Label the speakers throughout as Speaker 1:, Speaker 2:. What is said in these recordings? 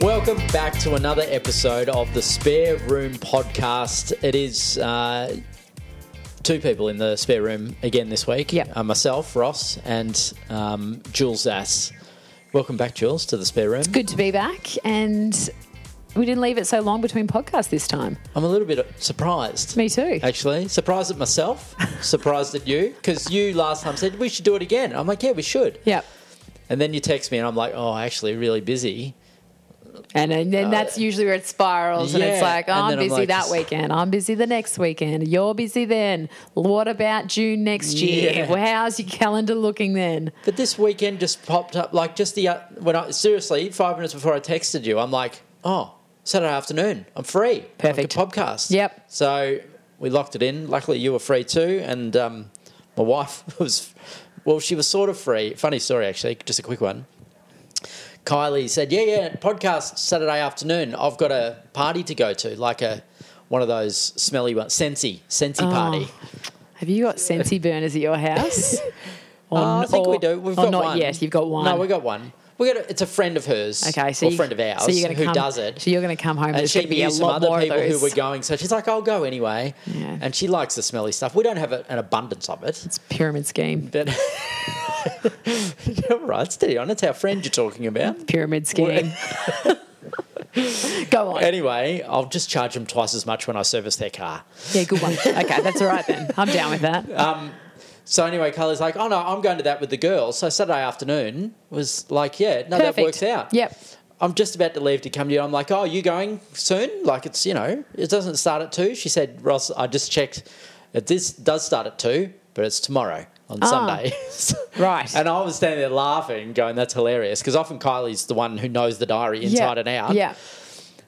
Speaker 1: Welcome back to another episode of the Spare Room Podcast. It is uh, two people in the spare room again this week.
Speaker 2: Yep.
Speaker 1: Uh, myself, Ross, and um, Jules Zass. Welcome back, Jules, to the spare room.
Speaker 2: Good to be back, and we didn't leave it so long between podcasts this time.
Speaker 1: I'm a little bit surprised.
Speaker 2: Me too.
Speaker 1: Actually, surprised at myself, surprised at you, because you last time said we should do it again. I'm like, yeah, we should.
Speaker 2: Yep.
Speaker 1: And then you text me, and I'm like, oh, actually, really busy.
Speaker 2: And then, then that's usually where it spirals, and
Speaker 1: Uh, yeah,
Speaker 2: it's like, oh,
Speaker 1: and
Speaker 2: I'm
Speaker 1: then I'm
Speaker 2: busy
Speaker 1: like,
Speaker 2: that
Speaker 1: just-
Speaker 2: weekend. I'm busy the next weekend. You're busy then. What about June next year?
Speaker 1: Yeah.
Speaker 2: Well, how's your calendar looking then?
Speaker 1: But this weekend just popped up, like just the uh, when I seriously five minutes before I texted you, I'm like, oh, Saturday afternoon, I'm free, like
Speaker 2: Perfect.
Speaker 1: a podcast.
Speaker 2: Yep.
Speaker 1: So we locked it in. Luckily, you were free too, and um, my wife was, well, she was sort of free. Funny story, actually, just a quick one. Kylie said, "Yeah, yeah, podcast Saturday afternoon. I've got a party to go to, like a one of those smelly ones, Sensi, Sensi party."
Speaker 2: Oh. Have you got Sensi burners at your house? Or,
Speaker 1: Uh, I think
Speaker 2: or-
Speaker 1: we do. We've
Speaker 2: or
Speaker 1: got
Speaker 2: not
Speaker 1: one.
Speaker 2: yet. You've got one.
Speaker 1: No, we got one. We got a, it's a friend of hers.
Speaker 2: Okay, so
Speaker 1: or
Speaker 2: you-
Speaker 1: friend of ours.
Speaker 2: So you're going to
Speaker 1: who
Speaker 2: come,
Speaker 1: does it?
Speaker 2: So you're going to come home. And
Speaker 1: and
Speaker 2: there's
Speaker 1: she
Speaker 2: going to be a
Speaker 1: knew some
Speaker 2: lot
Speaker 1: other
Speaker 2: more of
Speaker 1: people who
Speaker 2: those.
Speaker 1: were going, so she's like, "I'll go anyway."
Speaker 2: Yeah.
Speaker 1: And she likes the smelly stuff. We don't have a, an abundance of it,
Speaker 2: It's a pyramid scheme.
Speaker 1: but all right, steady on. It's our friend you're talking about.
Speaker 2: Pyramid scheme. Go on.
Speaker 1: Anyway, I'll just charge them twice as much when I service their car.
Speaker 2: Yeah, good one. Okay, that's all right then. I'm down with that.
Speaker 1: Ah, So anyway, Carly's like, "Oh no, I'm going to that with the girls." So Saturday afternoon was like, "Yeah, no, that
Speaker 2: Perfect.
Speaker 1: works out."
Speaker 2: Yep.
Speaker 1: I'm just about to leave to come to you. I'm like, oh, you going soon? Like it's you know, it doesn't start at two. She said, Ross, I just checked. It this does start at two, but it's tomorrow on
Speaker 2: Ah.
Speaker 1: Sunday.
Speaker 2: Right.
Speaker 1: And I was standing there laughing, going, that's hilarious, because often Kylie's the one who knows the diary inside
Speaker 2: yeah.
Speaker 1: and out.
Speaker 2: Yeah.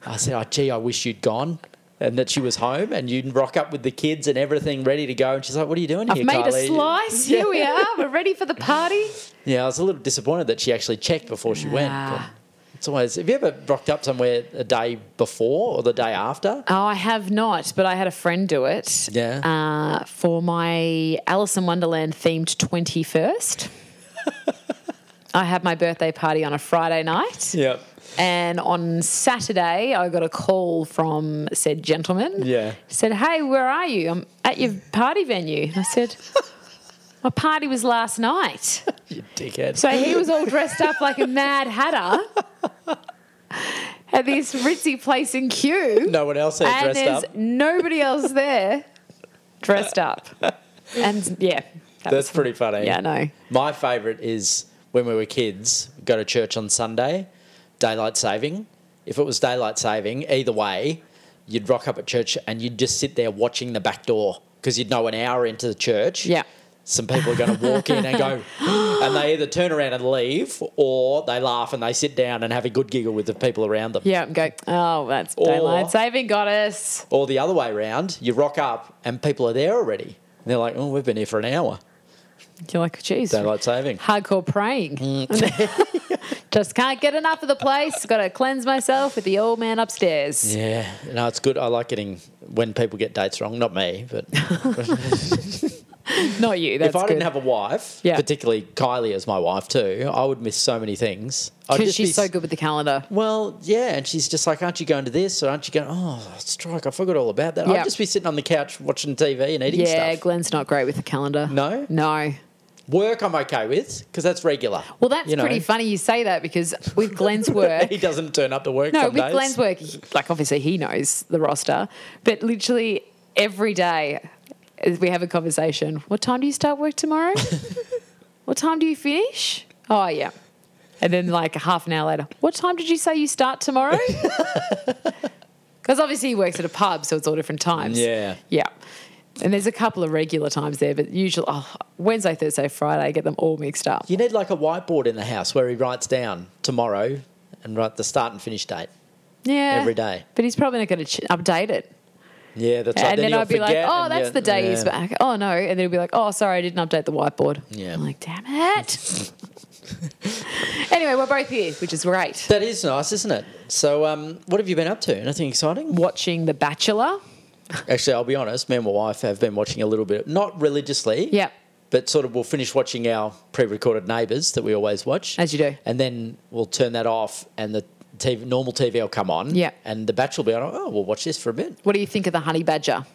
Speaker 1: I said, oh, gee, I wish you'd gone. And that she was home, and you'd rock up with the kids and everything ready to go. And she's like, "What are you doing
Speaker 2: I've
Speaker 1: here,
Speaker 2: made
Speaker 1: Kylie?"
Speaker 2: a slice. Here we are. We're ready for the party.
Speaker 1: Yeah, I was a little disappointed that she actually checked before she went. but
Speaker 2: Ah.
Speaker 1: It's always have you ever rocked up somewhere a day before or the day after?
Speaker 2: Oh, I have not, but I had a friend do it.
Speaker 1: Yeah.
Speaker 2: Uh, for my Alice in Wonderland themed 21st. I had my birthday party on a Friday night.
Speaker 1: Yep.
Speaker 2: And on Saturday, I got a call from said gentleman.
Speaker 1: Yeah.
Speaker 2: Said, "Hey, where are you? I'm at your party venue." And I said, "My party was last night."
Speaker 1: You dickhead.
Speaker 2: So he was all dressed up like a mad hatter at this ritzy place in Kew,
Speaker 1: no one else had
Speaker 2: and
Speaker 1: dressed
Speaker 2: there's
Speaker 1: up.
Speaker 2: nobody else there dressed up. And yeah, that
Speaker 1: That's
Speaker 2: was-
Speaker 1: pretty funny.
Speaker 2: yeah, no.
Speaker 1: My favourite is when we were kids, go to church on Sunday, daylight saving. If it was daylight saving, either way, you'd rock up at church and you'd just sit there watching the back door because you'd know an hour into the church.
Speaker 2: Yeah.
Speaker 1: Some people are going to walk in and go, and they either turn around and leave or they laugh and they sit down and have a good giggle with the people around them.
Speaker 2: Yeah, I'm going. Oh, that's
Speaker 1: Or-
Speaker 2: daylight saving goddess.
Speaker 1: Or the other way around, you rock up and people are there already. And they're like, oh, we've been here for an hour.
Speaker 2: You're like, geez,
Speaker 1: Daylight saving.
Speaker 2: hardcore praying.
Speaker 1: Mm.
Speaker 2: Just can't get enough of the place. Got to cleanse myself with the old man upstairs.
Speaker 1: Yeah, no, it's good. I like getting when people get dates wrong. Not me, but
Speaker 2: Not you. That's
Speaker 1: if I
Speaker 2: good.
Speaker 1: didn't have a wife,
Speaker 2: Yeah.
Speaker 1: particularly Kylie as my wife too, I would miss so many things. I'd
Speaker 2: because
Speaker 1: just be
Speaker 2: she's so
Speaker 1: s-
Speaker 2: good with the calendar.
Speaker 1: Well, yeah, and she's just like, "Aren't you going to this? Or aren't you going? Oh, strike! I forgot all about that.
Speaker 2: Yeah.
Speaker 1: I'd just be sitting on the couch watching TV and eating
Speaker 2: Yeah,
Speaker 1: stuff.
Speaker 2: Glenn's not great with the calendar.
Speaker 1: No?
Speaker 2: No.
Speaker 1: Work, I'm okay with because that's regular.
Speaker 2: Well, that's
Speaker 1: you know.
Speaker 2: pretty funny you say that because with Glenn's work,
Speaker 1: He doesn't turn up to work.
Speaker 2: no,
Speaker 1: some
Speaker 2: with
Speaker 1: days.
Speaker 2: Glenn's work, he- like obviously he knows the roster, but literally every day as we have a conversation. What time do you start work tomorrow? what time do you finish? Oh, yeah. And then like half an hour later, what time did you say you start tomorrow? Because obviously he works at a pub, so it's all different times.
Speaker 1: Yeah.
Speaker 2: Yeah. And there's a couple of regular times there, but usually oh, Wednesday, Thursday, Friday, I get them all mixed up.
Speaker 1: You need like a whiteboard in the house where he writes down tomorrow and write the start and finish date.
Speaker 2: Yeah.
Speaker 1: Every day.
Speaker 2: But he's probably not going to ch- update it.
Speaker 1: Yeah, that's right.
Speaker 2: and then
Speaker 1: you'll
Speaker 2: I'd be like,
Speaker 1: forget
Speaker 2: oh,
Speaker 1: and
Speaker 2: that's
Speaker 1: you-
Speaker 2: the day
Speaker 1: yeah.
Speaker 2: he's back. Oh, no. And then he'll be like, oh, sorry, I didn't update the whiteboard.
Speaker 1: Yeah.
Speaker 2: I'm like, damn it. anyway, we're both here, which is great.
Speaker 1: That is nice, isn't it? So, um, what have you been up to? Anything exciting?
Speaker 2: Watching The Bachelor.
Speaker 1: Actually, I'll be honest. Me and my wife have been watching a little bit, not religiously.
Speaker 2: Yep.
Speaker 1: But sort of, we'll finish watching our pre-recorded neighbours that we always watch,
Speaker 2: As you do.
Speaker 1: and then we'll turn that off, and the TV, normal TV will come on.
Speaker 2: Yeah.
Speaker 1: And The Bachelor will be on. Oh, we'll watch this for a bit.
Speaker 2: What do you think of the honey badger?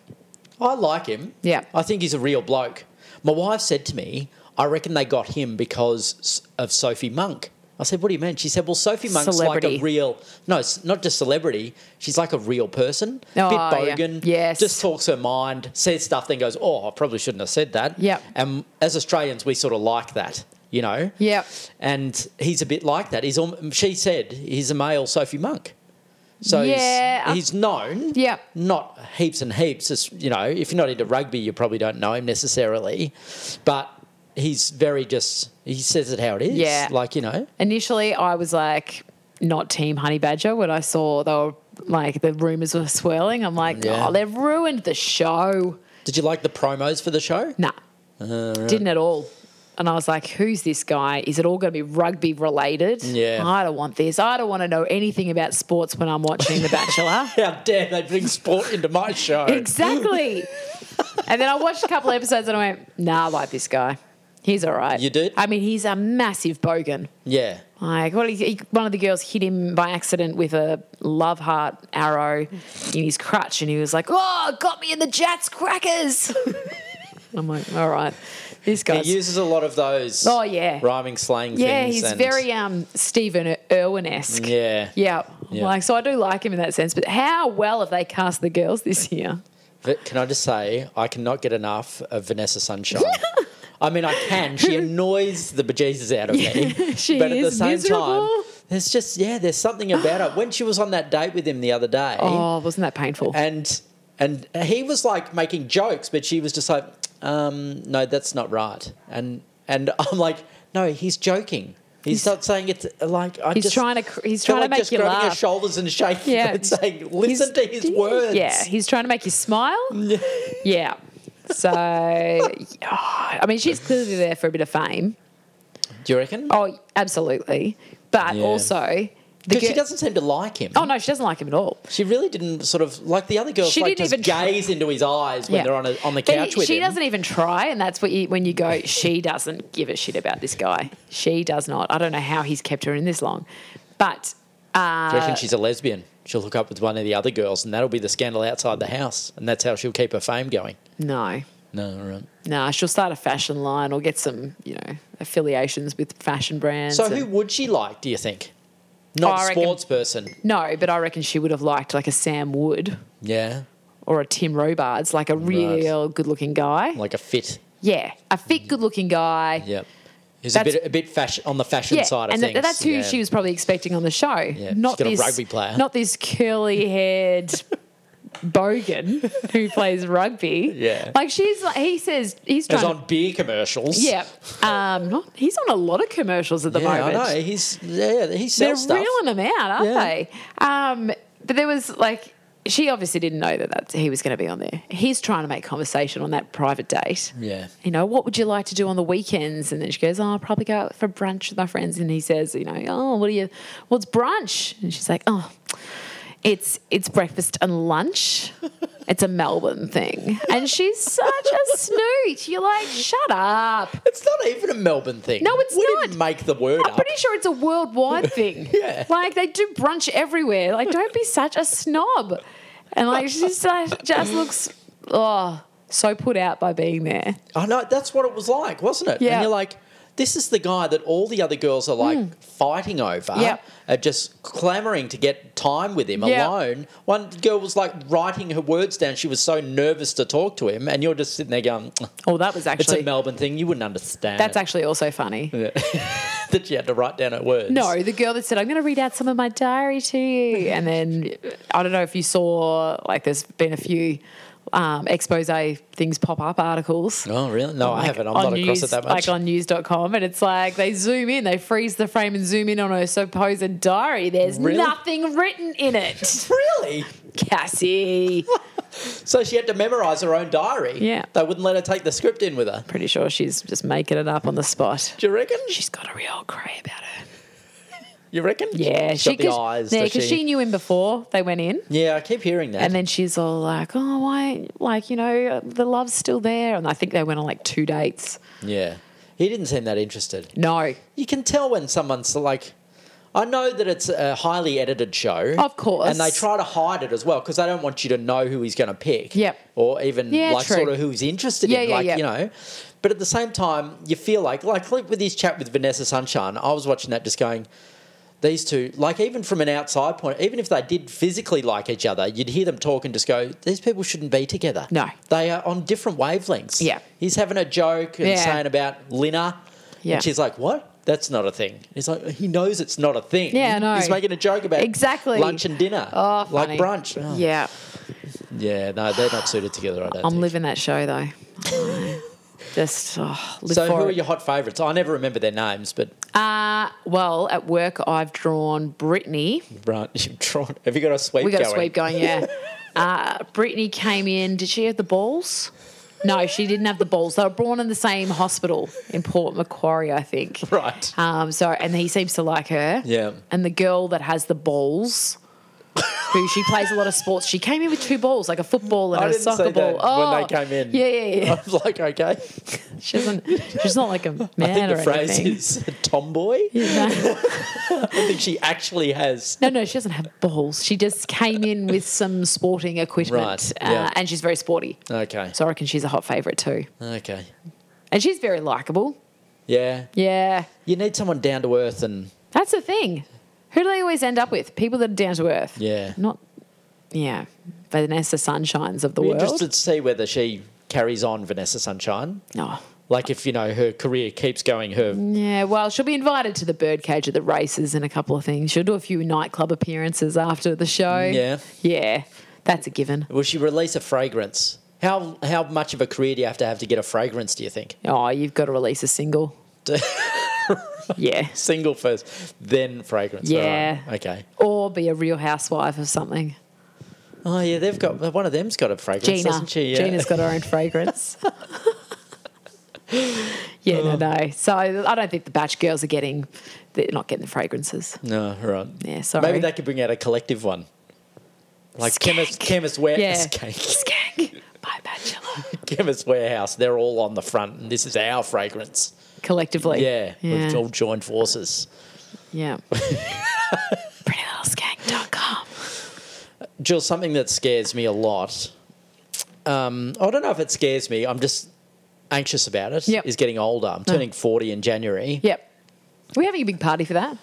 Speaker 1: I like him.
Speaker 2: Yeah.
Speaker 1: I think he's a real bloke. My wife said to me, I reckon they got him because s- of Sophie Monk. I said, what do you mean? She said, well, Sophie Monk's like
Speaker 2: Celebrity.
Speaker 1: a real, no, it's not just celebrity. She's like a real person.
Speaker 2: Oh,
Speaker 1: Bit
Speaker 2: yeah.
Speaker 1: bogan.
Speaker 2: Yes.
Speaker 1: Just talks her mind, says stuff, then goes, oh, I probably shouldn't have said that.
Speaker 2: Yep.
Speaker 1: And as Australians, we sort of like that, you know?
Speaker 2: Yep.
Speaker 1: And he's a bit like that. He's, al- she said, he's a male Sophie Monk. So
Speaker 2: Yeah.
Speaker 1: he's, he's known.
Speaker 2: Yeah.
Speaker 1: Not heaps and heaps. It's, you know, if you're not into rugby, you probably don't know him necessarily. But he's very just, he says it how it is.
Speaker 2: Yeah.
Speaker 1: Like, you know,
Speaker 2: Initially, I was like, not team honey badger when I saw they were like the rumors were swirling. I'm like,
Speaker 1: Yeah.
Speaker 2: oh, they've ruined the show.
Speaker 1: did you like the promos for the show?
Speaker 2: Nah,
Speaker 1: Uh-huh.
Speaker 2: didn't at all. And I was like, who's this guy? Is it all going to be rugby related?
Speaker 1: Yeah.
Speaker 2: I don't want this. I don't want to know anything about sports when I'm watching The Bachelor.
Speaker 1: How dare they bring sport into my show?
Speaker 2: Exactly. and then I watched a couple of episodes and I went, nah, I like this guy. He's all right.
Speaker 1: You did?
Speaker 2: I mean, he's a massive bogan.
Speaker 1: Yeah.
Speaker 2: Like, what he, he, one of the girls hit him by accident with a love heart arrow in his crutch, and he was like, "Oh, got me in the Jats crackers." I'm like, "All right, this guy's
Speaker 1: He uses a lot of those.
Speaker 2: Oh, yeah.
Speaker 1: Rhyming slang
Speaker 2: yeah,
Speaker 1: things.
Speaker 2: he's
Speaker 1: and-
Speaker 2: very um Stephen Irwin esque."
Speaker 1: Yeah.
Speaker 2: Yeah,
Speaker 1: Yeah.
Speaker 2: like so I do like him in that sense. But how well have they cast the girls this year?
Speaker 1: V- Can I just say, I cannot get enough of Vanessa Sunshine. I mean, I can. She annoys the bejesus out of me.
Speaker 2: she
Speaker 1: but at
Speaker 2: is
Speaker 1: the same
Speaker 2: miserable.
Speaker 1: time, there's just, yeah, there's something about her. When she was on that date with him the other day,
Speaker 2: Oh, wasn't that painful?
Speaker 1: and and he was like making jokes, but she was just like, um, no, that's not right. And and I'm like, no, he's joking. He's, not saying it's like I
Speaker 2: He's
Speaker 1: just
Speaker 2: trying to cr- he's
Speaker 1: feel
Speaker 2: trying
Speaker 1: like
Speaker 2: to make
Speaker 1: just
Speaker 2: you
Speaker 1: grabbing her
Speaker 2: laugh.
Speaker 1: shoulders and shaking
Speaker 2: Yeah,
Speaker 1: yeah, and
Speaker 2: it's-
Speaker 1: saying, listen to his
Speaker 2: He's-
Speaker 1: words.
Speaker 2: Yeah, he's trying to make you smile. yeah. So, oh, I mean, she's clearly there for a bit of fame.
Speaker 1: Do you reckon?
Speaker 2: Oh, absolutely. But
Speaker 1: Yeah.
Speaker 2: also, the
Speaker 1: Because she
Speaker 2: girl-
Speaker 1: doesn't seem to like him.
Speaker 2: Oh no, she doesn't like him at all.
Speaker 1: She really didn't sort of like the other girls.
Speaker 2: She
Speaker 1: like
Speaker 2: didn't
Speaker 1: just
Speaker 2: even try-
Speaker 1: gaze into his eyes when
Speaker 2: Yeah.
Speaker 1: they're on a, on the
Speaker 2: But he-
Speaker 1: couch with
Speaker 2: she
Speaker 1: him.
Speaker 2: doesn't even try, and that's what you when you go. She doesn't give a shit about this guy. She does not. I don't know how he's kept her in this long, but uh,
Speaker 1: Do you reckon she's a lesbian? She'll hook up with one of the other girls, and that'll be the scandal outside the house, and that's how she'll keep her fame going.
Speaker 2: no,
Speaker 1: No, right.
Speaker 2: no. She'll start a fashion line or get some, you know, affiliations with fashion brands.
Speaker 1: So
Speaker 2: and-
Speaker 1: who would she like? Do you think? Not
Speaker 2: Oh, I
Speaker 1: a
Speaker 2: reckon-
Speaker 1: sports person.
Speaker 2: No, but I reckon she would have liked like a Sam Wood
Speaker 1: Yeah,
Speaker 2: or a Tim Robards, like a real good looking guy.
Speaker 1: like a fit.
Speaker 2: Yeah, a fit, good looking guy.
Speaker 1: Yep. He's a
Speaker 2: That's-
Speaker 1: bit a bit fashion on the fashion
Speaker 2: Yeah,
Speaker 1: side of
Speaker 2: and th-
Speaker 1: things.
Speaker 2: that's who
Speaker 1: Yeah.
Speaker 2: she was probably expecting on the show.
Speaker 1: she's
Speaker 2: not
Speaker 1: got a
Speaker 2: this
Speaker 1: rugby player.
Speaker 2: not this curly haired bogan who plays rugby.
Speaker 1: Yeah.
Speaker 2: like she's like he says he's
Speaker 1: He was
Speaker 2: trying.
Speaker 1: on beer commercials.
Speaker 2: to, yeah, um, not, he's on a lot of commercials at the
Speaker 1: yeah, I
Speaker 2: moment.
Speaker 1: know. He's yeah, he sells
Speaker 2: They're
Speaker 1: stuff.
Speaker 2: reeling them out, aren't
Speaker 1: Yeah.
Speaker 2: they? Um, but there was like she obviously didn't know that that's, he was going to be on there. He's trying to make conversation on that private date.
Speaker 1: Yeah.
Speaker 2: You know, what would you like to do on the weekends? And then she goes, "Oh, I'll probably go out for brunch with my friends." And he says, "You know, oh, what do you? What's brunch?" And she's like, "Oh." It's it's breakfast and lunch. It's a Melbourne thing. And she's such a snoot. You're like, shut up.
Speaker 1: It's not even a Melbourne thing.
Speaker 2: No, it's
Speaker 1: we
Speaker 2: not.
Speaker 1: Didn't make the word
Speaker 2: I'm
Speaker 1: up.
Speaker 2: pretty sure it's a worldwide thing.
Speaker 1: Yeah.
Speaker 2: Like they do brunch everywhere. Like don't be such a snob. And like she just, like, just looks oh so put out by being there.
Speaker 1: I know that's what it was like, wasn't it?
Speaker 2: Yeah. Mm.
Speaker 1: And you're like, this is the guy that all the other girls are like fighting over,
Speaker 2: Yep.
Speaker 1: are just clamoring to get time with him
Speaker 2: Yeah.
Speaker 1: alone. One girl was like writing her words down. She was so nervous to talk to him, and you're just sitting there going,
Speaker 2: Oh, that
Speaker 1: "It's
Speaker 2: was
Speaker 1: a
Speaker 2: actually
Speaker 1: Melbourne thing. You wouldn't understand."
Speaker 2: that's actually also funny.
Speaker 1: that she had to write down her words.
Speaker 2: No, the girl that said, I'm going to read out some of my diary to you. And then I don't know if you saw, like, there's been a few um, expose things pop up articles.
Speaker 1: Oh, really? No, I
Speaker 2: like,
Speaker 1: haven't. I'm
Speaker 2: on
Speaker 1: not across
Speaker 2: news-
Speaker 1: it that much.
Speaker 2: Like on news.com, and it's like they zoom in, they freeze the frame and zoom in on her supposed diary. There's
Speaker 1: Really?
Speaker 2: nothing written in it.
Speaker 1: really?
Speaker 2: Cassie.
Speaker 1: So she had to memorize her own diary.
Speaker 2: Yeah.
Speaker 1: They wouldn't let her take the script in with her.
Speaker 2: Pretty sure she's just making it up on the spot.
Speaker 1: Do you reckon?
Speaker 2: She's got a real cray about her.
Speaker 1: You reckon?
Speaker 2: Yeah,
Speaker 1: She's got the
Speaker 2: 'cause-
Speaker 1: eyes.
Speaker 2: Yeah,
Speaker 1: does
Speaker 2: because she knew him before they went in.
Speaker 1: Yeah, I keep hearing that.
Speaker 2: And then she's all like, oh, why? Like, you know, the love's still there. And I think they went on like two dates.
Speaker 1: Yeah. He didn't seem that interested.
Speaker 2: No.
Speaker 1: You can tell when someone's like, I know that it's a highly edited show.
Speaker 2: Of course.
Speaker 1: And they try to hide it as well because they don't want you to know who he's going to pick.
Speaker 2: Yep.
Speaker 1: Or even
Speaker 2: Yeah,
Speaker 1: like
Speaker 2: true.
Speaker 1: sort of who he's interested
Speaker 2: Yeah,
Speaker 1: in.
Speaker 2: yeah,
Speaker 1: like,
Speaker 2: yeah.
Speaker 1: you know. But at the same time, you feel like, like with his chat with Vanessa Sunshine, I was watching that just going, these two, like even from an outside point, even if they did physically like each other, you'd hear them talk and just go, these people shouldn't be together.
Speaker 2: No.
Speaker 1: They are on different wavelengths.
Speaker 2: Yeah.
Speaker 1: He's having a joke and
Speaker 2: Yeah.
Speaker 1: saying about Lina.
Speaker 2: Yeah.
Speaker 1: And she's like, what? That's not a thing. He's like, he knows it's not a thing.
Speaker 2: Yeah, I know.
Speaker 1: He's making a joke about
Speaker 2: Exactly.
Speaker 1: lunch and dinner.
Speaker 2: Oh,
Speaker 1: like
Speaker 2: funny.
Speaker 1: brunch. Oh.
Speaker 2: Yeah.
Speaker 1: Yeah, no, they're not suited together, I don't
Speaker 2: I'm
Speaker 1: think.
Speaker 2: living that show though. Just oh, live
Speaker 1: so
Speaker 2: for
Speaker 1: who
Speaker 2: it.
Speaker 1: are your hot favourites? I never remember their names, but
Speaker 2: Uh, well, at work I've drawn Brittany.
Speaker 1: Brant, you've drawn. Have you got a sweep
Speaker 2: We got
Speaker 1: going?
Speaker 2: a sweep going, yeah. uh, Brittany came in. Did she have the balls? No, she didn't have the balls. They were born in the same hospital in Port Macquarie, I think.
Speaker 1: Right.
Speaker 2: Um, so, and he seems to like her.
Speaker 1: Yeah.
Speaker 2: And the girl that has the balls, who she plays a lot of sports. She came in with two balls, like a football and
Speaker 1: I
Speaker 2: a
Speaker 1: didn't
Speaker 2: soccer
Speaker 1: see
Speaker 2: ball.
Speaker 1: that
Speaker 2: oh,
Speaker 1: when they came in.
Speaker 2: Yeah, yeah, yeah.
Speaker 1: I was like, okay.
Speaker 2: She doesn't. She's not like a man
Speaker 1: I think
Speaker 2: or
Speaker 1: the phrase
Speaker 2: anything.
Speaker 1: is tomboy.
Speaker 2: No,
Speaker 1: I think she actually has.
Speaker 2: no, no, she doesn't have balls. She just came in with some sporting equipment,
Speaker 1: Right, yeah.
Speaker 2: uh, and she's very sporty.
Speaker 1: Okay.
Speaker 2: So I reckon she's a hot favourite too,
Speaker 1: Okay.
Speaker 2: and she's very likable.
Speaker 1: Yeah.
Speaker 2: Yeah,
Speaker 1: You need someone down to earth and
Speaker 2: that's the thing. Who do they always end up with? People that are down to earth.
Speaker 1: yeah.
Speaker 2: Not, yeah, Vanessa Sunshines of the
Speaker 1: Be
Speaker 2: world.
Speaker 1: interested to see whether she carries on Vanessa Sunshine.
Speaker 2: No.
Speaker 1: Like if you know her career keeps going, her
Speaker 2: Yeah, well, she'll be invited to the birdcage at the races and a couple of things. She'll do a few nightclub appearances after the show.
Speaker 1: yeah.
Speaker 2: Yeah, that's a given.
Speaker 1: Will she release a fragrance? How how much of a career do you have to have to get a fragrance? Do you think?
Speaker 2: Oh, you've got to release a single. yeah.
Speaker 1: Single first, then fragrance. All
Speaker 2: Yeah.
Speaker 1: right. Okay.
Speaker 2: Or be a real housewife of something.
Speaker 1: Oh yeah, they've got one of them's got a fragrance,
Speaker 2: Gina.
Speaker 1: doesn't she? Yeah.
Speaker 2: Gina's got her own fragrance. yeah,
Speaker 1: Um,
Speaker 2: no, no. So I don't think the batch girls are getting, they're not getting the fragrances.
Speaker 1: No, right.
Speaker 2: Yeah, sorry.
Speaker 1: Maybe they could bring out a collective one. Like chemist,
Speaker 2: Skank.
Speaker 1: chemist, ware-
Speaker 2: Yeah.
Speaker 1: skank.
Speaker 2: Skank. Bye, Bachelor.
Speaker 1: chemist warehouse. They're all on the front, and this is our fragrance.
Speaker 2: Collectively.
Speaker 1: Yeah, we've all
Speaker 2: Yeah.
Speaker 1: joined forces.
Speaker 2: yeah. PrettyLittleSkank.com.
Speaker 1: Jill, something that scares me a lot. Um, I don't know if it scares me. I'm just anxious about it.
Speaker 2: Yep. Mm.
Speaker 1: Is getting older. I'm turning 40 in January.
Speaker 2: Yep. Are we having a big party for that?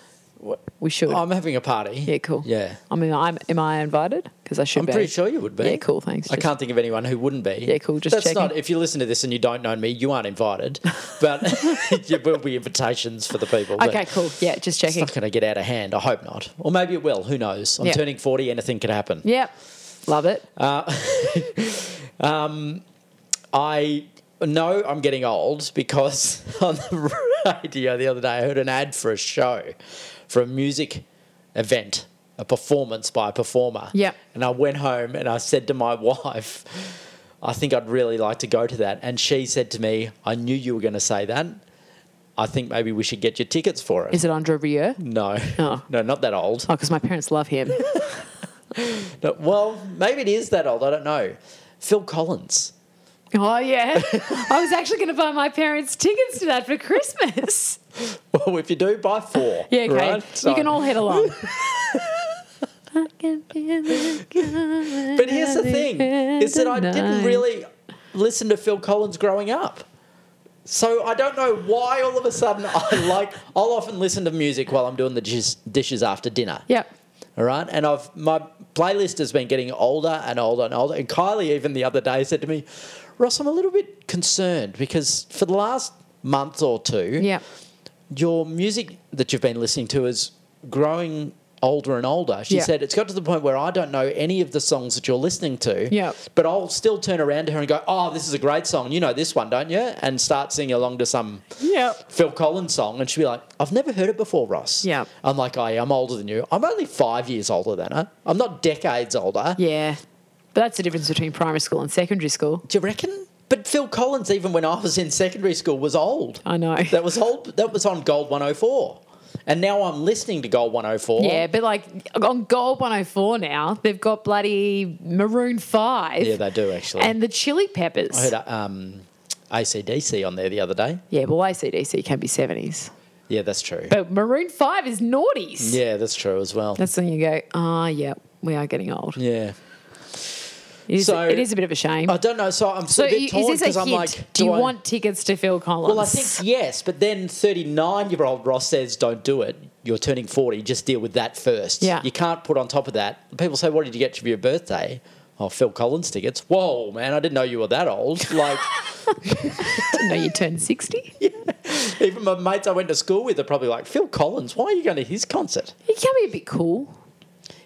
Speaker 2: We should.
Speaker 1: I'm having a party.
Speaker 2: yeah, cool.
Speaker 1: Yeah.
Speaker 2: I mean, I'm, am I invited? Because I should
Speaker 1: I'm
Speaker 2: be.
Speaker 1: pretty sure you would be.
Speaker 2: Yeah, cool, thanks.
Speaker 1: I
Speaker 2: Just-
Speaker 1: can't think of anyone who wouldn't be.
Speaker 2: Yeah, cool, just
Speaker 1: That's
Speaker 2: checking.
Speaker 1: not. If you listen to this and you don't know me, you aren't invited. But there will be invitations for the people. but
Speaker 2: Okay, cool. Yeah, just
Speaker 1: It's
Speaker 2: checking.
Speaker 1: not going to get out of hand. I hope not. Or maybe it will. Who knows? I'm
Speaker 2: Yeah.
Speaker 1: turning 40. Anything could happen.
Speaker 2: Yep. Love it.
Speaker 1: Uh. I know I'm getting old because on the radio the other day I heard an ad for a show, for a music event, a performance by a performer.
Speaker 2: Yeah.
Speaker 1: And I went home and I said to my wife, I think I'd really like to go to that. And she said to me, I knew you were going to say that. I think maybe we should get your tickets for it.
Speaker 2: Is it Andre Rieu?
Speaker 1: no,
Speaker 2: Oh.
Speaker 1: no, not that old.
Speaker 2: Oh, because my parents love him.
Speaker 1: No, well, maybe it is that old. I don't know. Phil Collins.
Speaker 2: oh, yeah. I was actually going to buy my parents tickets to that for Christmas.
Speaker 1: Well, if you do, buy four.
Speaker 2: Yeah, okay.
Speaker 1: right? So-
Speaker 2: You can all head along.
Speaker 1: But here's the thing is that I didn't really listen to Phil Collins growing up. So I don't know why all of a sudden I like I'll often listen to music while I'm doing the dis- dishes after dinner.
Speaker 2: Yep.
Speaker 1: All right? And I've my playlist has been getting older and older and older and Kylie even the other day said to me, "Ross, I'm a little bit concerned because for the last month or two,
Speaker 2: Yep.
Speaker 1: your music that you've been listening to is growing older and older. She
Speaker 2: Yeah.
Speaker 1: said it's got to the point where I don't know any of the songs that you're listening to.
Speaker 2: Yeah.
Speaker 1: But I'll still turn around to her and go, "Oh, this is a great song. You know this one, don't you?" And start singing along to some
Speaker 2: Yep.
Speaker 1: Phil Collins song, and she'd be like, "I've never heard it before, Ross."
Speaker 2: Yeah.
Speaker 1: I'm like, "I am older than you. I'm only five years older than her. I'm not decades older."
Speaker 2: Yeah. But that's the difference between primary school and secondary school.
Speaker 1: Do you reckon? But Phil Collins, even when I was in secondary school, was old.
Speaker 2: I know.
Speaker 1: That was old. That was on Gold 104, and now I'm listening to Gold 104.
Speaker 2: Yeah, but like on Gold 104 now, they've got bloody Maroon 5
Speaker 1: yeah, they do actually. uh,
Speaker 2: and the Chili Peppers.
Speaker 1: I heard um, ACDC on there the other day.
Speaker 2: yeah, well, ACDC can be 70s.
Speaker 1: Yeah, that's true.
Speaker 2: But Maroon 5 is naughties.
Speaker 1: yeah, that's true as well.
Speaker 2: That's when you go, ah, yeah, we are getting old.
Speaker 1: yeah.
Speaker 2: It is,
Speaker 1: So-
Speaker 2: it is a bit of a shame.
Speaker 1: I don't know. So I'm so
Speaker 2: so i-
Speaker 1: a bit
Speaker 2: is
Speaker 1: torn
Speaker 2: this a
Speaker 1: because
Speaker 2: hint?
Speaker 1: I'm like,
Speaker 2: do you
Speaker 1: I-
Speaker 2: want tickets to Phil Collins?
Speaker 1: Well, I think yes, but then 39 year old Ross says, don't do it. You're turning 40, just deal with that first.
Speaker 2: Yeah.
Speaker 1: You can't put on top of that. People say, what did you get for your birthday? Oh, Phil Collins tickets. Whoa, man, I didn't know you were that old. Like,
Speaker 2: no, you turned 60.
Speaker 1: even my mates I went to school with are probably like, Phil Collins, why are you going to his concert?
Speaker 2: He can be a bit cool.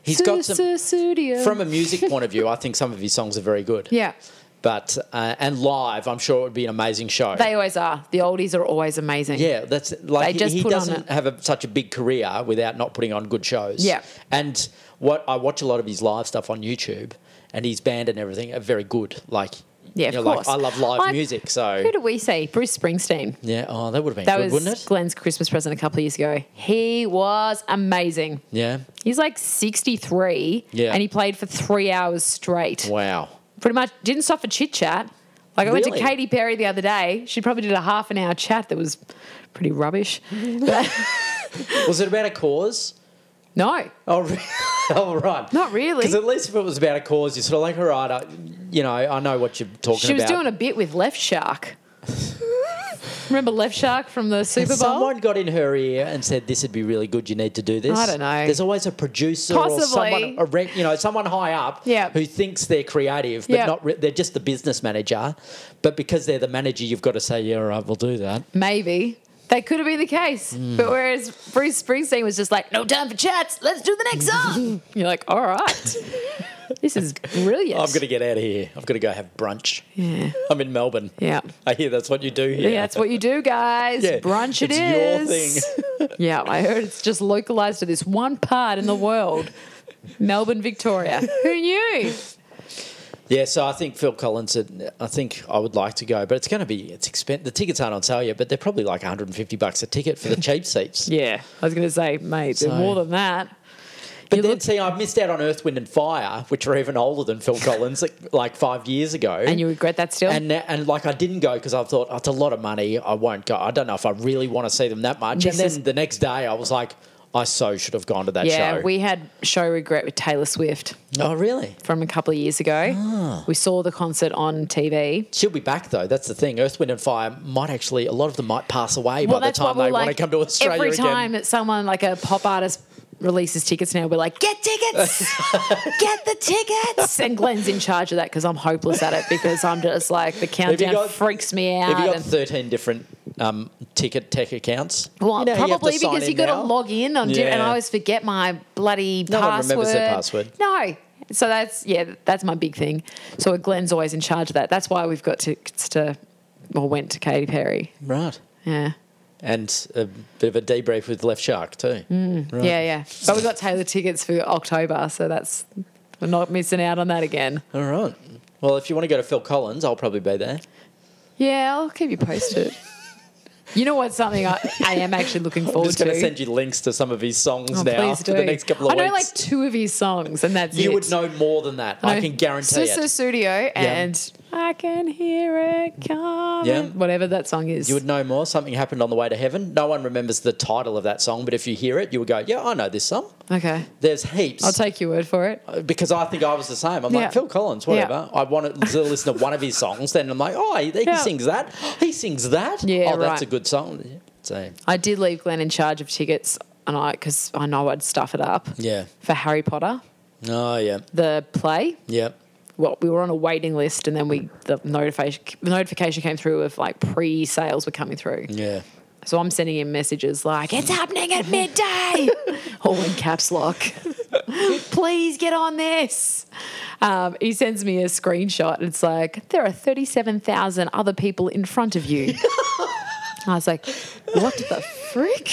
Speaker 1: He's got
Speaker 2: Su-
Speaker 1: some,
Speaker 2: su- studio.
Speaker 1: from a music point of view, I think some of his songs are very good.
Speaker 2: yeah,
Speaker 1: But, uh, and live, I'm sure it would be an amazing show.
Speaker 2: they always are. The oldies are always amazing.
Speaker 1: Yeah, that's like
Speaker 2: They
Speaker 1: he-
Speaker 2: just
Speaker 1: he,
Speaker 2: put on
Speaker 1: doesn't
Speaker 2: it.
Speaker 1: have a, such a big career without not putting on good shows.
Speaker 2: Yeah.
Speaker 1: and what I watch a lot of his live stuff on YouTube, and his band and everything are very good. Like,
Speaker 2: Yeah,
Speaker 1: you
Speaker 2: of
Speaker 1: know,
Speaker 2: course.
Speaker 1: Like, I love live
Speaker 2: I-
Speaker 1: music, so
Speaker 2: Who do we see? Bruce Springsteen.
Speaker 1: yeah. Oh, that would have been
Speaker 2: That
Speaker 1: good,
Speaker 2: was
Speaker 1: wouldn't it?
Speaker 2: Glenn's Christmas present a couple of years ago. He was amazing.
Speaker 1: Yeah.
Speaker 2: He's like 63
Speaker 1: Yeah.
Speaker 2: and he played for three hours straight.
Speaker 1: Wow.
Speaker 2: Pretty much didn't stop for chit chat. Like I went
Speaker 1: Really?
Speaker 2: to Katy Perry the other day. She probably did a half an hour chat that was pretty rubbish.
Speaker 1: Was it about a cause?
Speaker 2: no,
Speaker 1: Oh, re- oh right.
Speaker 2: Not really.
Speaker 1: Because at least if it was about a cause, you're sort of like, all right, I, you know, I know what you're talking
Speaker 2: she was
Speaker 1: about.
Speaker 2: doing a bit with Left Shark. Remember Left Shark from the Super Bowl?
Speaker 1: Someone got in her ear and said, "This would be really good. You need to do this."
Speaker 2: I don't know.
Speaker 1: There's always a producer or
Speaker 2: Possibly.
Speaker 1: someone, a rec- you know, someone high up
Speaker 2: Yeah.
Speaker 1: who thinks they're creative, but
Speaker 2: Yeah.
Speaker 1: not. Re- they're just the business manager. But because they're the manager, you've got to say, "Yeah, all right, we'll do that."
Speaker 2: Maybe. That could have been the case.
Speaker 1: Hmm.
Speaker 2: But whereas Bruce Springsteen was just like, no time for chats, let's do the next song. You're like, all right. this is brilliant.
Speaker 1: I'm going to get out of here. I've got to go have brunch.
Speaker 2: Yeah.
Speaker 1: I'm in Melbourne.
Speaker 2: Yeah.
Speaker 1: I hear that's what you do
Speaker 2: Yeah,
Speaker 1: here.
Speaker 2: that's what you do, guys.
Speaker 1: Yeah,
Speaker 2: Brunch it
Speaker 1: it's your
Speaker 2: is.
Speaker 1: thing.
Speaker 2: yeah, I heard it's just localized to this one part in the world. Melbourne, Victoria. Who knew?
Speaker 1: Yeah, so I think Phil Collins. uh, I think I would like to go, but it's going to be it's expensive. The tickets aren't on sale yet, but they're probably like 150 bucks a ticket for the cheap seats.
Speaker 2: Yeah. I was going to say, mate,
Speaker 1: So-
Speaker 2: they're more than that.
Speaker 1: But
Speaker 2: You
Speaker 1: then,
Speaker 2: look-
Speaker 1: see, I missed out on Earth, Wind and Fire, which are even older than Phil Collins, like, like five years ago.
Speaker 2: And you regret that still?
Speaker 1: and, and, like I didn't go because I thought oh, it's a lot of money. I won't go. I don't know if I really want to see them that much.
Speaker 2: This
Speaker 1: and then
Speaker 2: is-
Speaker 1: the next day, I was like, I so should have gone to that
Speaker 2: yeah,
Speaker 1: show.
Speaker 2: we had show regret with Taylor Swift.
Speaker 1: oh, really?
Speaker 2: from a couple of years ago.
Speaker 1: Ah.
Speaker 2: We saw the concert on TV.
Speaker 1: She'll be back though. That's the thing. Earth, Wind and Fire might actually a lot of them might pass away by the
Speaker 2: why
Speaker 1: time they want to come to Australia
Speaker 2: every
Speaker 1: again.
Speaker 2: time that someone like a pop artist releases tickets now, we're like, get tickets, get the tickets. And Glenn's in charge of that because I'm hopeless at it because I'm just like the countdown
Speaker 1: got-
Speaker 2: freaks me out.
Speaker 1: Have you got
Speaker 2: and-
Speaker 1: 13 different um, ticket tech accounts?
Speaker 2: well,
Speaker 1: You know how you have to
Speaker 2: probably
Speaker 1: sign
Speaker 2: because
Speaker 1: in
Speaker 2: you got to
Speaker 1: now?
Speaker 2: log in on, di- and
Speaker 1: Yeah.
Speaker 2: I always forget my bloody
Speaker 1: No one
Speaker 2: password.
Speaker 1: remembers their password.
Speaker 2: No, so that's yeah, that's my big thing. So Glenn's always in charge of that. That's why we've got tickets to or went to Katy Perry.
Speaker 1: Right.
Speaker 2: Yeah.
Speaker 1: and a bit of a debrief with Left Shark too.
Speaker 2: Mm.
Speaker 1: Right.
Speaker 2: Yeah, yeah. But we got Taylor tickets for October, so that's we're not missing out on that again.
Speaker 1: All right. Well, if you want to go to Phil Collins, I'll probably be there.
Speaker 2: Yeah, I'll keep you posted. you know what's something I, I am actually looking
Speaker 1: I'm
Speaker 2: forward
Speaker 1: just
Speaker 2: to?
Speaker 1: going to send you links to some of his songs
Speaker 2: Oh,
Speaker 1: now
Speaker 2: please
Speaker 1: for the
Speaker 2: do.
Speaker 1: next couple of
Speaker 2: I know
Speaker 1: weeks.
Speaker 2: like two of his songs, and that's
Speaker 1: you
Speaker 2: it.
Speaker 1: would know more than that. I
Speaker 2: No.
Speaker 1: can guarantee
Speaker 2: Sister
Speaker 1: it.
Speaker 2: Studio and I can hear it coming.
Speaker 1: Yeah.
Speaker 2: Whatever that song is.
Speaker 1: You would know more. Something happened on the way to heaven. No one remembers the title of that song, but if you hear it, you would go, "Yeah, I know this song."
Speaker 2: okay.
Speaker 1: There's heaps.
Speaker 2: I'll take your word for it.
Speaker 1: because I think I was the same. I'm
Speaker 2: Yeah.
Speaker 1: like Phil Collins,
Speaker 2: Yeah.
Speaker 1: whatever. I want to listen to one of his songs, then I'm like, oh, he, he
Speaker 2: Yeah.
Speaker 1: sings that. He sings that.
Speaker 2: Yeah,
Speaker 1: oh, that's
Speaker 2: right.
Speaker 1: a good song. So
Speaker 2: I did leave Glenn in charge of tickets, and I because I know I'd stuff it up.
Speaker 1: yeah,
Speaker 2: For Harry Potter,
Speaker 1: oh yeah,
Speaker 2: the play.
Speaker 1: yeah.
Speaker 2: well, we were on a waiting list, and then we the notification the notification came through of like pre sales were coming through.
Speaker 1: Yeah.
Speaker 2: So I'm sending him messages like it's happening at midday, all in caps lock. Please get on this. Um, he sends me a screenshot. It's like there are thirty seven thousand other people in front of you. I was like, what the frick?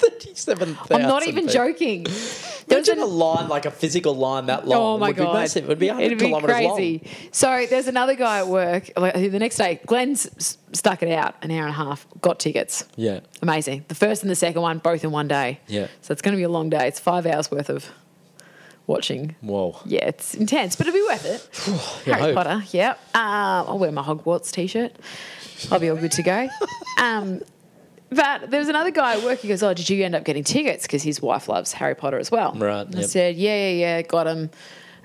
Speaker 1: 37,000.
Speaker 2: I'm not even
Speaker 1: people.
Speaker 2: joking. There was
Speaker 1: Imagine
Speaker 2: an-
Speaker 1: a line, like a physical line that long.
Speaker 2: Oh my
Speaker 1: would
Speaker 2: god,
Speaker 1: Be massive. It would be 100 kilometres long.
Speaker 2: So there's another guy at work like, who the next day, Glenn's s- stuck it out an hour and a half, got tickets.
Speaker 1: Yeah.
Speaker 2: Amazing. The first and the second one, both in one day.
Speaker 1: Yeah.
Speaker 2: So it's going to be a long day. It's five hours worth of watching.
Speaker 1: Whoa.
Speaker 2: Yeah, it's intense, but it'll be worth it.
Speaker 1: Yeah,
Speaker 2: Harry
Speaker 1: hope.
Speaker 2: Potter. Uh, Yep. Um, I'll wear my Hogwarts t-shirt. I'll be all good to go. Um, But there was another guy at work. He goes, "Oh, did you end up getting tickets? Because his wife loves Harry Potter as well."
Speaker 1: Right,
Speaker 2: And I
Speaker 1: yep.
Speaker 2: said, "Yeah, yeah, yeah. Got him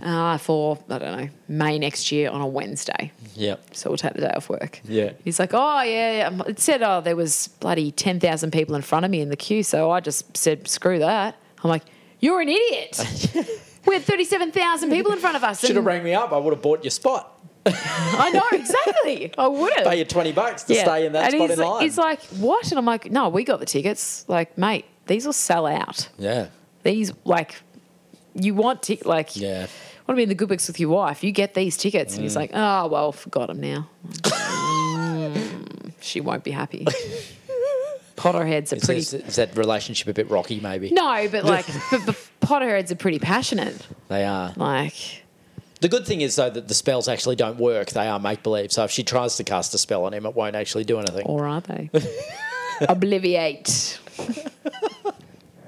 Speaker 2: uh, for I don't know May next year on a Wednesday.
Speaker 1: Yeah.
Speaker 2: So we'll take the day off work."
Speaker 1: Yeah.
Speaker 2: He's like, "Oh, yeah." yeah." Um, It said, "Oh, there was bloody ten thousand people in front of me in the queue." So I just said, "Screw that." I'm like, "You're an idiot." We had 37,000 people in front of us.
Speaker 1: Should have
Speaker 2: and-
Speaker 1: rang me up. I would have bought your spot.
Speaker 2: I know, exactly. I would have.
Speaker 1: Pay you 20 bucks to stay in that
Speaker 2: and
Speaker 1: spot
Speaker 2: he's,
Speaker 1: in line.
Speaker 2: He's like, what? And I'm like, no, we got the tickets. Like, mate, these will sell out.
Speaker 1: yeah.
Speaker 2: These, like, you want to, like,
Speaker 1: Yeah. Mm.
Speaker 2: want to be in the good books with your wife. You get these tickets. And he's like, oh, well, forgot them now. Mm, she won't be happy. Potterheads are
Speaker 1: Is,
Speaker 2: pretty.
Speaker 1: this- is that relationship a bit rocky, maybe?
Speaker 2: No, but like, but, but Potterheads are pretty passionate.
Speaker 1: They are.
Speaker 2: Like,
Speaker 1: The good thing is, though, that the spells actually don't work. They are make believe. So if she tries to cast a spell on him, it won't actually do anything.
Speaker 2: Or are they? Obliviate.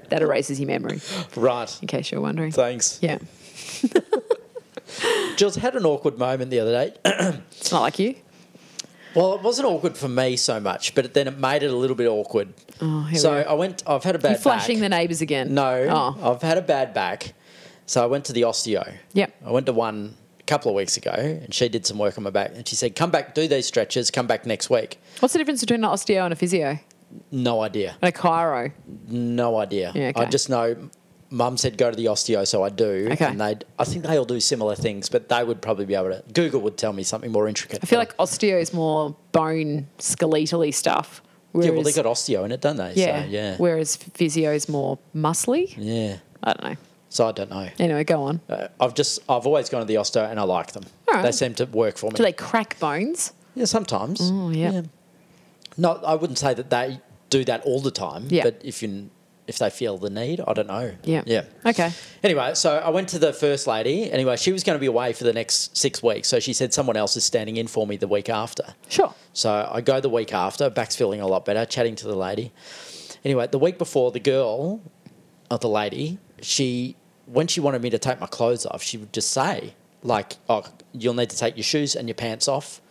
Speaker 2: that erases your memory,
Speaker 1: Right.
Speaker 2: in case you're wondering.
Speaker 1: Thanks.
Speaker 2: yeah.
Speaker 1: Jules had an awkward moment the other day.
Speaker 2: It's not like you.
Speaker 1: Well, it wasn't awkward for me so much, but then it made it a little bit awkward.
Speaker 2: Oh, here we
Speaker 1: so
Speaker 2: go.
Speaker 1: I went. I've had a bad.
Speaker 2: You're flashing the
Speaker 1: back.
Speaker 2: neighbours again.
Speaker 1: No,
Speaker 2: Oh.
Speaker 1: I've had a bad back, so I went to the osteo.
Speaker 2: Yep.
Speaker 1: I went to one a couple of weeks ago, and she did some work on my back, and she said, "Come back, do these stretches. Come back next week."
Speaker 2: What's the difference between an osteo and a physio?
Speaker 1: No idea.
Speaker 2: And a chiro?
Speaker 1: No idea.
Speaker 2: Yeah, okay.
Speaker 1: I just know. Mum said go to the osteo, so I do.
Speaker 2: Okay.
Speaker 1: And they, I think they all do similar things, but they would probably be able to. Google would tell me something more intricate.
Speaker 2: I feel like osteo is more bone, skeletally stuff. Whereas,
Speaker 1: yeah, well, they got osteo in it, don't they?
Speaker 2: yeah,
Speaker 1: So, yeah.
Speaker 2: Whereas physio is more muscly.
Speaker 1: yeah.
Speaker 2: I don't know.
Speaker 1: So I don't know.
Speaker 2: Anyway, go on.
Speaker 1: Uh, I've just I've always gone to the osteo and I like them.
Speaker 2: All right.
Speaker 1: They seem to work for me.
Speaker 2: Do they crack bones?
Speaker 1: yeah, sometimes.
Speaker 2: Oh, yeah.
Speaker 1: No, I wouldn't say that they do that all the time.
Speaker 2: Yeah.
Speaker 1: But if you if they feel the need, I don't know.
Speaker 2: Yeah.
Speaker 1: Yeah.
Speaker 2: Okay.
Speaker 1: Anyway, so I went to the first lady. Anyway, she was going to be away for the next six weeks, so she said someone else is standing in for me the week after.
Speaker 2: Sure.
Speaker 1: So I go the week after, back's feeling a lot better, chatting to the lady. Anyway, the week before, the girl, or the lady, she, when she wanted me to take my clothes off, she would just say, like, oh, you'll need to take your shoes and your pants off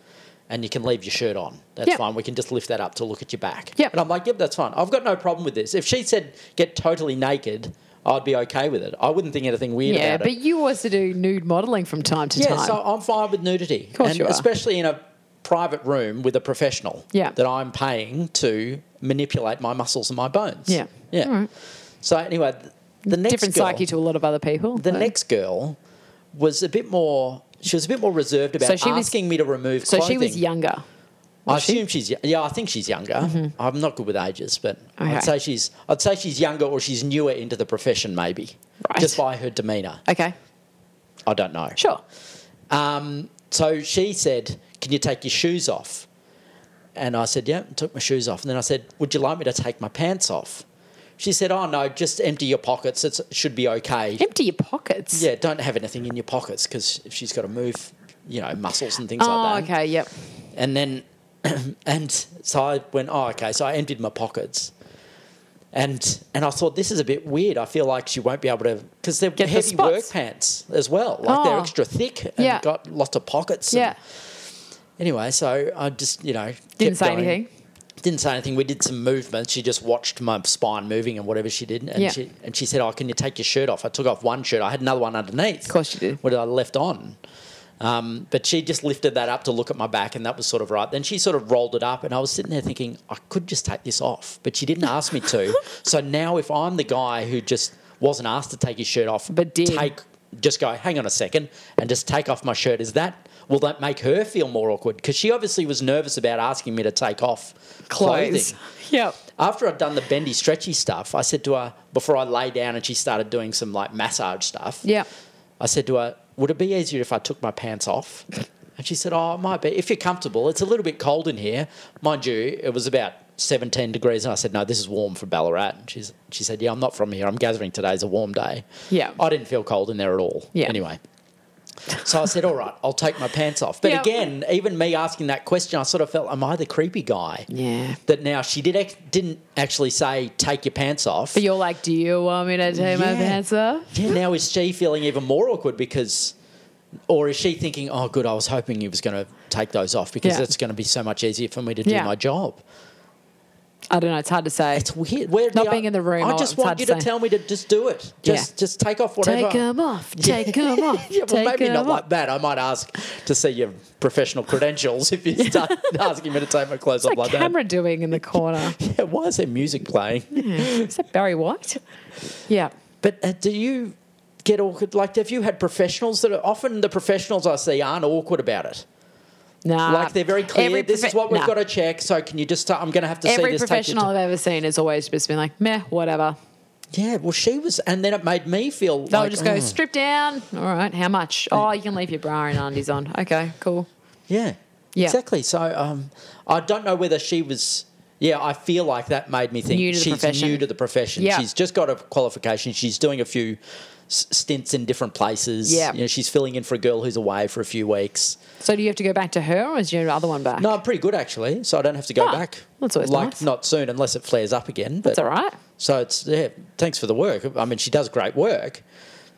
Speaker 1: and you can leave your shirt on. That's
Speaker 2: Yep.
Speaker 1: fine. We can just lift that up to look at your back.
Speaker 2: Yep.
Speaker 1: And I'm like, yep, that's fine. I've got no problem with this. If she said, get totally naked, I'd be okay with it. I wouldn't think anything weird
Speaker 2: Yeah,
Speaker 1: about it.
Speaker 2: but you also do nude modelling from time to
Speaker 1: Yeah,
Speaker 2: time.
Speaker 1: so I'm fine with nudity. Of
Speaker 2: course
Speaker 1: and
Speaker 2: you are.
Speaker 1: Especially in a private room with a professional
Speaker 2: Yeah.
Speaker 1: that I'm paying to manipulate my muscles and my bones.
Speaker 2: Yeah.
Speaker 1: Yeah.
Speaker 2: All right.
Speaker 1: So anyway, th- the next
Speaker 2: Different
Speaker 1: girl,
Speaker 2: psyche to a lot of other people.
Speaker 1: the
Speaker 2: but-
Speaker 1: next girl was a bit more she was a bit more reserved about
Speaker 2: So she was-
Speaker 1: asking me to remove
Speaker 2: so
Speaker 1: clothing.
Speaker 2: she was younger.
Speaker 1: I assume she's yeah, I think she's younger. I'm not good with ages, but
Speaker 2: Mm-hmm. Okay.
Speaker 1: I'd say she's I'd say she's younger or she's newer into the profession maybe.
Speaker 2: Right.
Speaker 1: Just by her demeanor.
Speaker 2: Okay,
Speaker 1: I don't know.
Speaker 2: sure.
Speaker 1: Um, so she said, Can you take your shoes off? And I said, Yeah, and took my shoes off. And then I said, Would you like me to take my pants off? She said, Oh, no, just empty your pockets. It should be okay.
Speaker 2: Empty your pockets.
Speaker 1: Yeah, don't have anything in your pockets because if she's got to move, you know, muscles and things
Speaker 2: Oh,
Speaker 1: like that.
Speaker 2: okay. Yep.
Speaker 1: And then, and so I went, Oh, okay. So I emptied my pockets. And and I thought this is a bit weird. I feel like she won't be able to because they're
Speaker 2: Get the
Speaker 1: heavy
Speaker 2: spots.
Speaker 1: work pants as well. Like they're
Speaker 2: Oh.
Speaker 1: extra thick and
Speaker 2: Yeah.
Speaker 1: got lots of pockets. and-
Speaker 2: Yeah.
Speaker 1: Anyway, so I just, you know, kept
Speaker 2: Didn't say
Speaker 1: going.
Speaker 2: anything.
Speaker 1: Didn't say anything. We did some movements. She just watched my spine moving and whatever she did. And,
Speaker 2: Yeah.
Speaker 1: she, and she said, Oh, can you take your shirt off? I took off one shirt. I had another one underneath. Of
Speaker 2: course you did.
Speaker 1: What I left on. Um, but she just lifted that up to look at my back, and that was sort of right. Then she sort of rolled it up, and I was sitting there thinking, I could just take this off. But she didn't ask me to. so now, if I'm the guy who just wasn't asked to take his shirt off,
Speaker 2: But did.
Speaker 1: take just go, hang on a second, and just take off my shirt. Is that will that make her feel more awkward? Because she obviously was nervous about asking me to take off
Speaker 2: Clothes.
Speaker 1: clothing.
Speaker 2: Yep.
Speaker 1: After I'd done the bendy, stretchy stuff, I said to her before I lay down and she started doing some like massage stuff.
Speaker 2: Yeah.
Speaker 1: I said to her, "Would it be easier if I took my pants off?" And she said, "Oh, it might be. If you're comfortable, it's a little bit cold in here, mind you. It was about 17 degrees." And I said, "No, this is warm for Ballarat." And she's, she said, "Yeah, I'm not from here. I'm gathering today's a warm day."
Speaker 2: Yeah.
Speaker 1: I didn't feel cold in there at all.
Speaker 2: Yeah.
Speaker 1: Anyway. So I said, "All right, I'll take my pants off." But
Speaker 2: Yeah.
Speaker 1: again, even me asking that question, I sort of felt, "Am I the creepy guy?"
Speaker 2: Yeah.
Speaker 1: That now she did ex- didn't actually say, "Take your pants off."
Speaker 2: But you're like, do you want me to take my
Speaker 1: Yeah.
Speaker 2: pants off?
Speaker 1: Yeah, now is she feeling even more awkward because, or is she thinking, oh, good, I was hoping he was going to take those off because
Speaker 2: Yeah.
Speaker 1: it's going to be so much easier for me to do
Speaker 2: Yeah.
Speaker 1: my job?
Speaker 2: I don't know. It's hard to say.
Speaker 1: It's weird. Where
Speaker 2: Not
Speaker 1: the-
Speaker 2: being in the room,
Speaker 1: I
Speaker 2: oh,
Speaker 1: just
Speaker 2: it's
Speaker 1: want
Speaker 2: hard
Speaker 1: you
Speaker 2: to
Speaker 1: to,
Speaker 2: say.
Speaker 1: tell me to just do it.
Speaker 2: Yeah.
Speaker 1: Just just take off whatever.
Speaker 2: Take 'em off. Take 'em off.
Speaker 1: yeah, well,
Speaker 2: take
Speaker 1: maybe
Speaker 2: 'em
Speaker 1: not
Speaker 2: off.
Speaker 1: like that. I might ask to see your professional credentials if you start asking me to take my clothes off
Speaker 2: What's
Speaker 1: like
Speaker 2: that camera doing in the corner?
Speaker 1: that. Yeah, why is there music playing?
Speaker 2: Is that Barry White? Yeah.
Speaker 1: But uh, do you get awkward? Like, have you had professionals that are often the professionals I see aren't awkward about it?
Speaker 2: Nah.
Speaker 1: Like, they're very clear.
Speaker 2: Ah, Every
Speaker 1: this is
Speaker 2: profe-
Speaker 1: what we've
Speaker 2: nah.
Speaker 1: got to check. So, can you just start? I'm going to have to see
Speaker 2: Every
Speaker 1: this.
Speaker 2: professional
Speaker 1: Take
Speaker 2: I've ever seen has always just been like, meh, whatever.
Speaker 1: your t- yeah, well, she was. And then it made me feel
Speaker 2: They'll
Speaker 1: like,
Speaker 2: just go
Speaker 1: "Oh,
Speaker 2: strip down. All right, how much? Oh, you can leave your bra and undies on. Okay, cool.
Speaker 1: "Hmm." Yeah.
Speaker 2: Yeah.
Speaker 1: Exactly. So um, I don't know whether she was. Yeah, I feel like that made me think
Speaker 2: New to the
Speaker 1: she's
Speaker 2: profession.
Speaker 1: new to the profession.
Speaker 2: Yeah.
Speaker 1: She's just got a qualification. She's doing a few s- stints in different places.
Speaker 2: Yeah.
Speaker 1: You know, she's filling in for a girl who's away for a few weeks.
Speaker 2: So do you have to go back to her, or is your other one back?
Speaker 1: No, I'm pretty good actually, so I don't have to go
Speaker 2: Ah,
Speaker 1: back.
Speaker 2: that's always
Speaker 1: like
Speaker 2: nice.
Speaker 1: not soon unless it flares up again. But
Speaker 2: That's all right.
Speaker 1: So it's yeah. Thanks for the work. I mean, she does great work,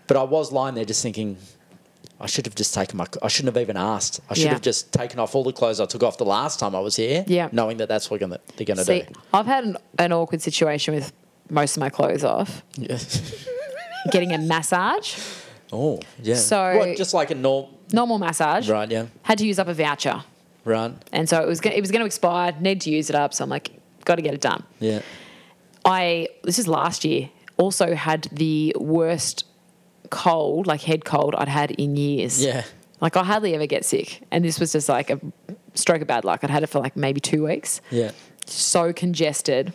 Speaker 1: but I was lying there just thinking, I should have just taken my. I shouldn't have even asked. I should
Speaker 2: Yeah.
Speaker 1: have just taken off all the clothes I took off the last time I was here.
Speaker 2: Yeah.
Speaker 1: knowing that that's what gonna, they're going to
Speaker 2: See,
Speaker 1: do.
Speaker 2: I've had an, an awkward situation with most of my clothes off,
Speaker 1: Yeah.
Speaker 2: getting a massage,
Speaker 1: oh, yeah.
Speaker 2: So-
Speaker 1: what, just like a normal,
Speaker 2: normal massage.
Speaker 1: right? Yeah,
Speaker 2: Had to use up a voucher,
Speaker 1: right.
Speaker 2: and so it was go- it was going to expire. Need to use it up, so I'm like, got to get it done.
Speaker 1: Yeah.
Speaker 2: I this is last year. Also had the worst cold, like head cold, I'd had in years.
Speaker 1: Yeah.
Speaker 2: Like I hardly ever get sick, and this was just like a stroke of bad luck. I'd had it for like maybe two weeks,
Speaker 1: Yeah.
Speaker 2: so congested,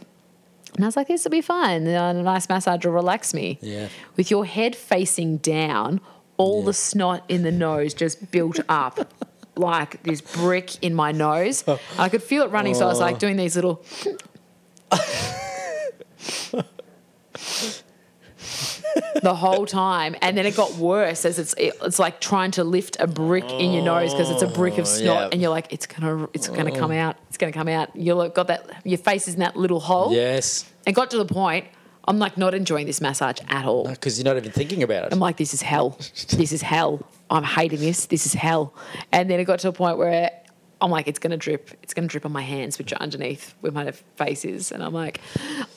Speaker 2: and I was like, "This will be fine. A nice massage will relax me."
Speaker 1: Yeah.
Speaker 2: With your head facing down, all the snot in the nose just built up. Like this brick in my nose. I could feel it running, so I was like doing these little the whole time, and then it got worse as it's it, it's like trying to lift a brick in your nose because it's a brick of snot,
Speaker 1: yeah.
Speaker 2: and you're like, it's gonna it's gonna come out, it's gonna come out. You look got that your face is in that little hole.
Speaker 1: Yes.
Speaker 2: It got to the point I'm like not enjoying this massage at all.
Speaker 1: Because you're not even thinking about it.
Speaker 2: I'm like, this is hell. This is hell. I'm hating this. This is hell. And then it got to a point where I'm like, it's gonna drip. It's gonna drip on my hands, which are underneath where my face is. And I'm like,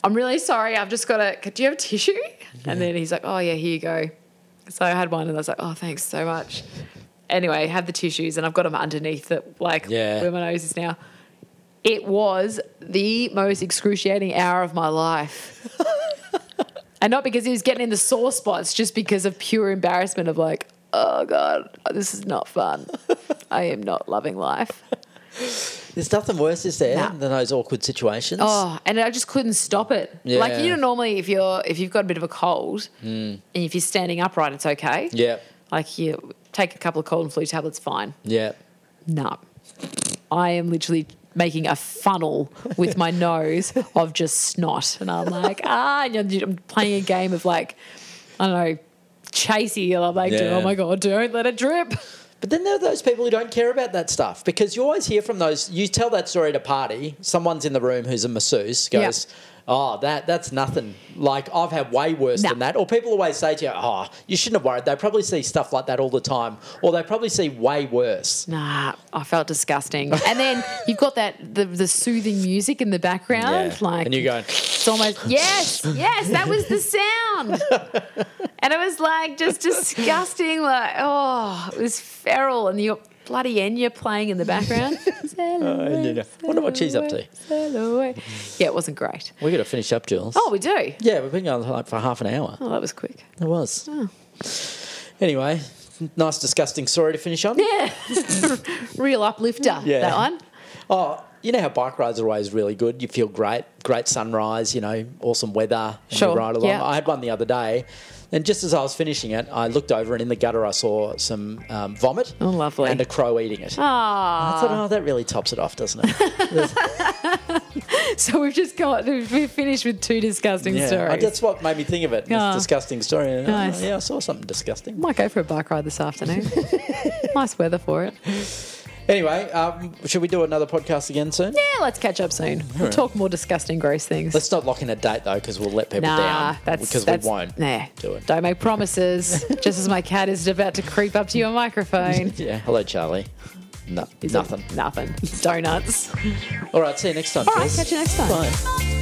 Speaker 2: I'm really sorry. I've just got a. Do you have a tissue? And then he's like, oh yeah, here you go. So I had one, and I was like, oh, thanks so much. Anyway, had the tissues, and I've got them underneath the like
Speaker 1: Yeah.
Speaker 2: where my nose is now. It was the most excruciating hour of my life. And not because he was getting in the sore spots, just because of pure embarrassment of like, oh God, this is not fun. I am not loving life.
Speaker 1: There's nothing worse, is there,
Speaker 2: Nah.
Speaker 1: than those awkward situations?
Speaker 2: Oh, and I just couldn't stop it. Like
Speaker 1: Yeah. Hmm.
Speaker 2: you know, normally if you're if you've got a bit of a cold and if you're standing upright, it's okay.
Speaker 1: Yeah.
Speaker 2: Like you take a couple of cold and flu tablets, fine.
Speaker 1: Yeah.
Speaker 2: No. I am literally making a funnel with my nose of just snot. And I'm like, ah, and I'm- I'm playing a game of like, I don't know, chasey. And I'm like,
Speaker 1: Yeah.
Speaker 2: oh my God, don't let it drip.
Speaker 1: But then there are those people who don't care about that stuff because you always hear from those. You tell that story at a party. Someone's in the room who's a masseuse
Speaker 2: Yeah.
Speaker 1: goes, "Oh, that that's nothing. Like I've had way worse
Speaker 2: No.
Speaker 1: than that." Or people always say to you, "Oh, you shouldn't have worried. They probably see stuff like that all the time, or they probably see way worse."
Speaker 2: Nah, I felt disgusting. And then you've got that, the, the soothing music in the background. Like,
Speaker 1: and you going,
Speaker 2: It's almost yes, yes. That was the sound, and it was like just disgusting. Like oh, it was feral, and you bloody Enya playing in the background.
Speaker 1: I "Oh, wonder what she's up to.
Speaker 2: Yeah, it wasn't great.
Speaker 1: "We're going to finish up, Jules."
Speaker 2: Oh, we do.
Speaker 1: yeah, we've been going like for half an hour.
Speaker 2: Oh, that was quick.
Speaker 1: It was. Anyway, nice disgusting story to finish on.
Speaker 2: Yeah, real uplifter.
Speaker 1: Yeah.
Speaker 2: That one.
Speaker 1: Oh, you know how bike rides are always really good. You feel great, great sunrise, you know, awesome weather. and you
Speaker 2: Sure,
Speaker 1: ride along.
Speaker 2: yeah.
Speaker 1: I had one the other day, and just as I was finishing it, I looked over and in the gutter I saw some um, vomit.
Speaker 2: Oh, lovely.
Speaker 1: And a crow eating it. I
Speaker 2: Ah,
Speaker 1: thought, oh, that really tops it off, doesn't it?
Speaker 2: so we've just got we've finished with two disgusting
Speaker 1: yeah. I-
Speaker 2: stories.
Speaker 1: That's what made me think of it. This
Speaker 2: Ah.
Speaker 1: disgusting story. And, oh,
Speaker 2: Nice.
Speaker 1: yeah, I saw something disgusting.
Speaker 2: Might go for a bike ride this afternoon. nice weather for it.
Speaker 1: Anyway, um, should we do another podcast again soon?
Speaker 2: Yeah, let's catch up soon. We'll talk more disgusting, gross things.
Speaker 1: Let's not lock in a date though, because we'll let people
Speaker 2: nah,
Speaker 1: down.
Speaker 2: that's
Speaker 1: because
Speaker 2: that's,
Speaker 1: we won't.
Speaker 2: Nah,
Speaker 1: do it.
Speaker 2: Don't make promises. just as my cat is about to creep up to your microphone.
Speaker 1: Yeah. Hello, Charlie. No,
Speaker 2: Is it
Speaker 1: nothing.
Speaker 2: Nothing. Donuts.
Speaker 1: All right, see you next time.
Speaker 2: All right,
Speaker 1: Jules.
Speaker 2: catch you next time.
Speaker 1: Bye.
Speaker 3: Bye.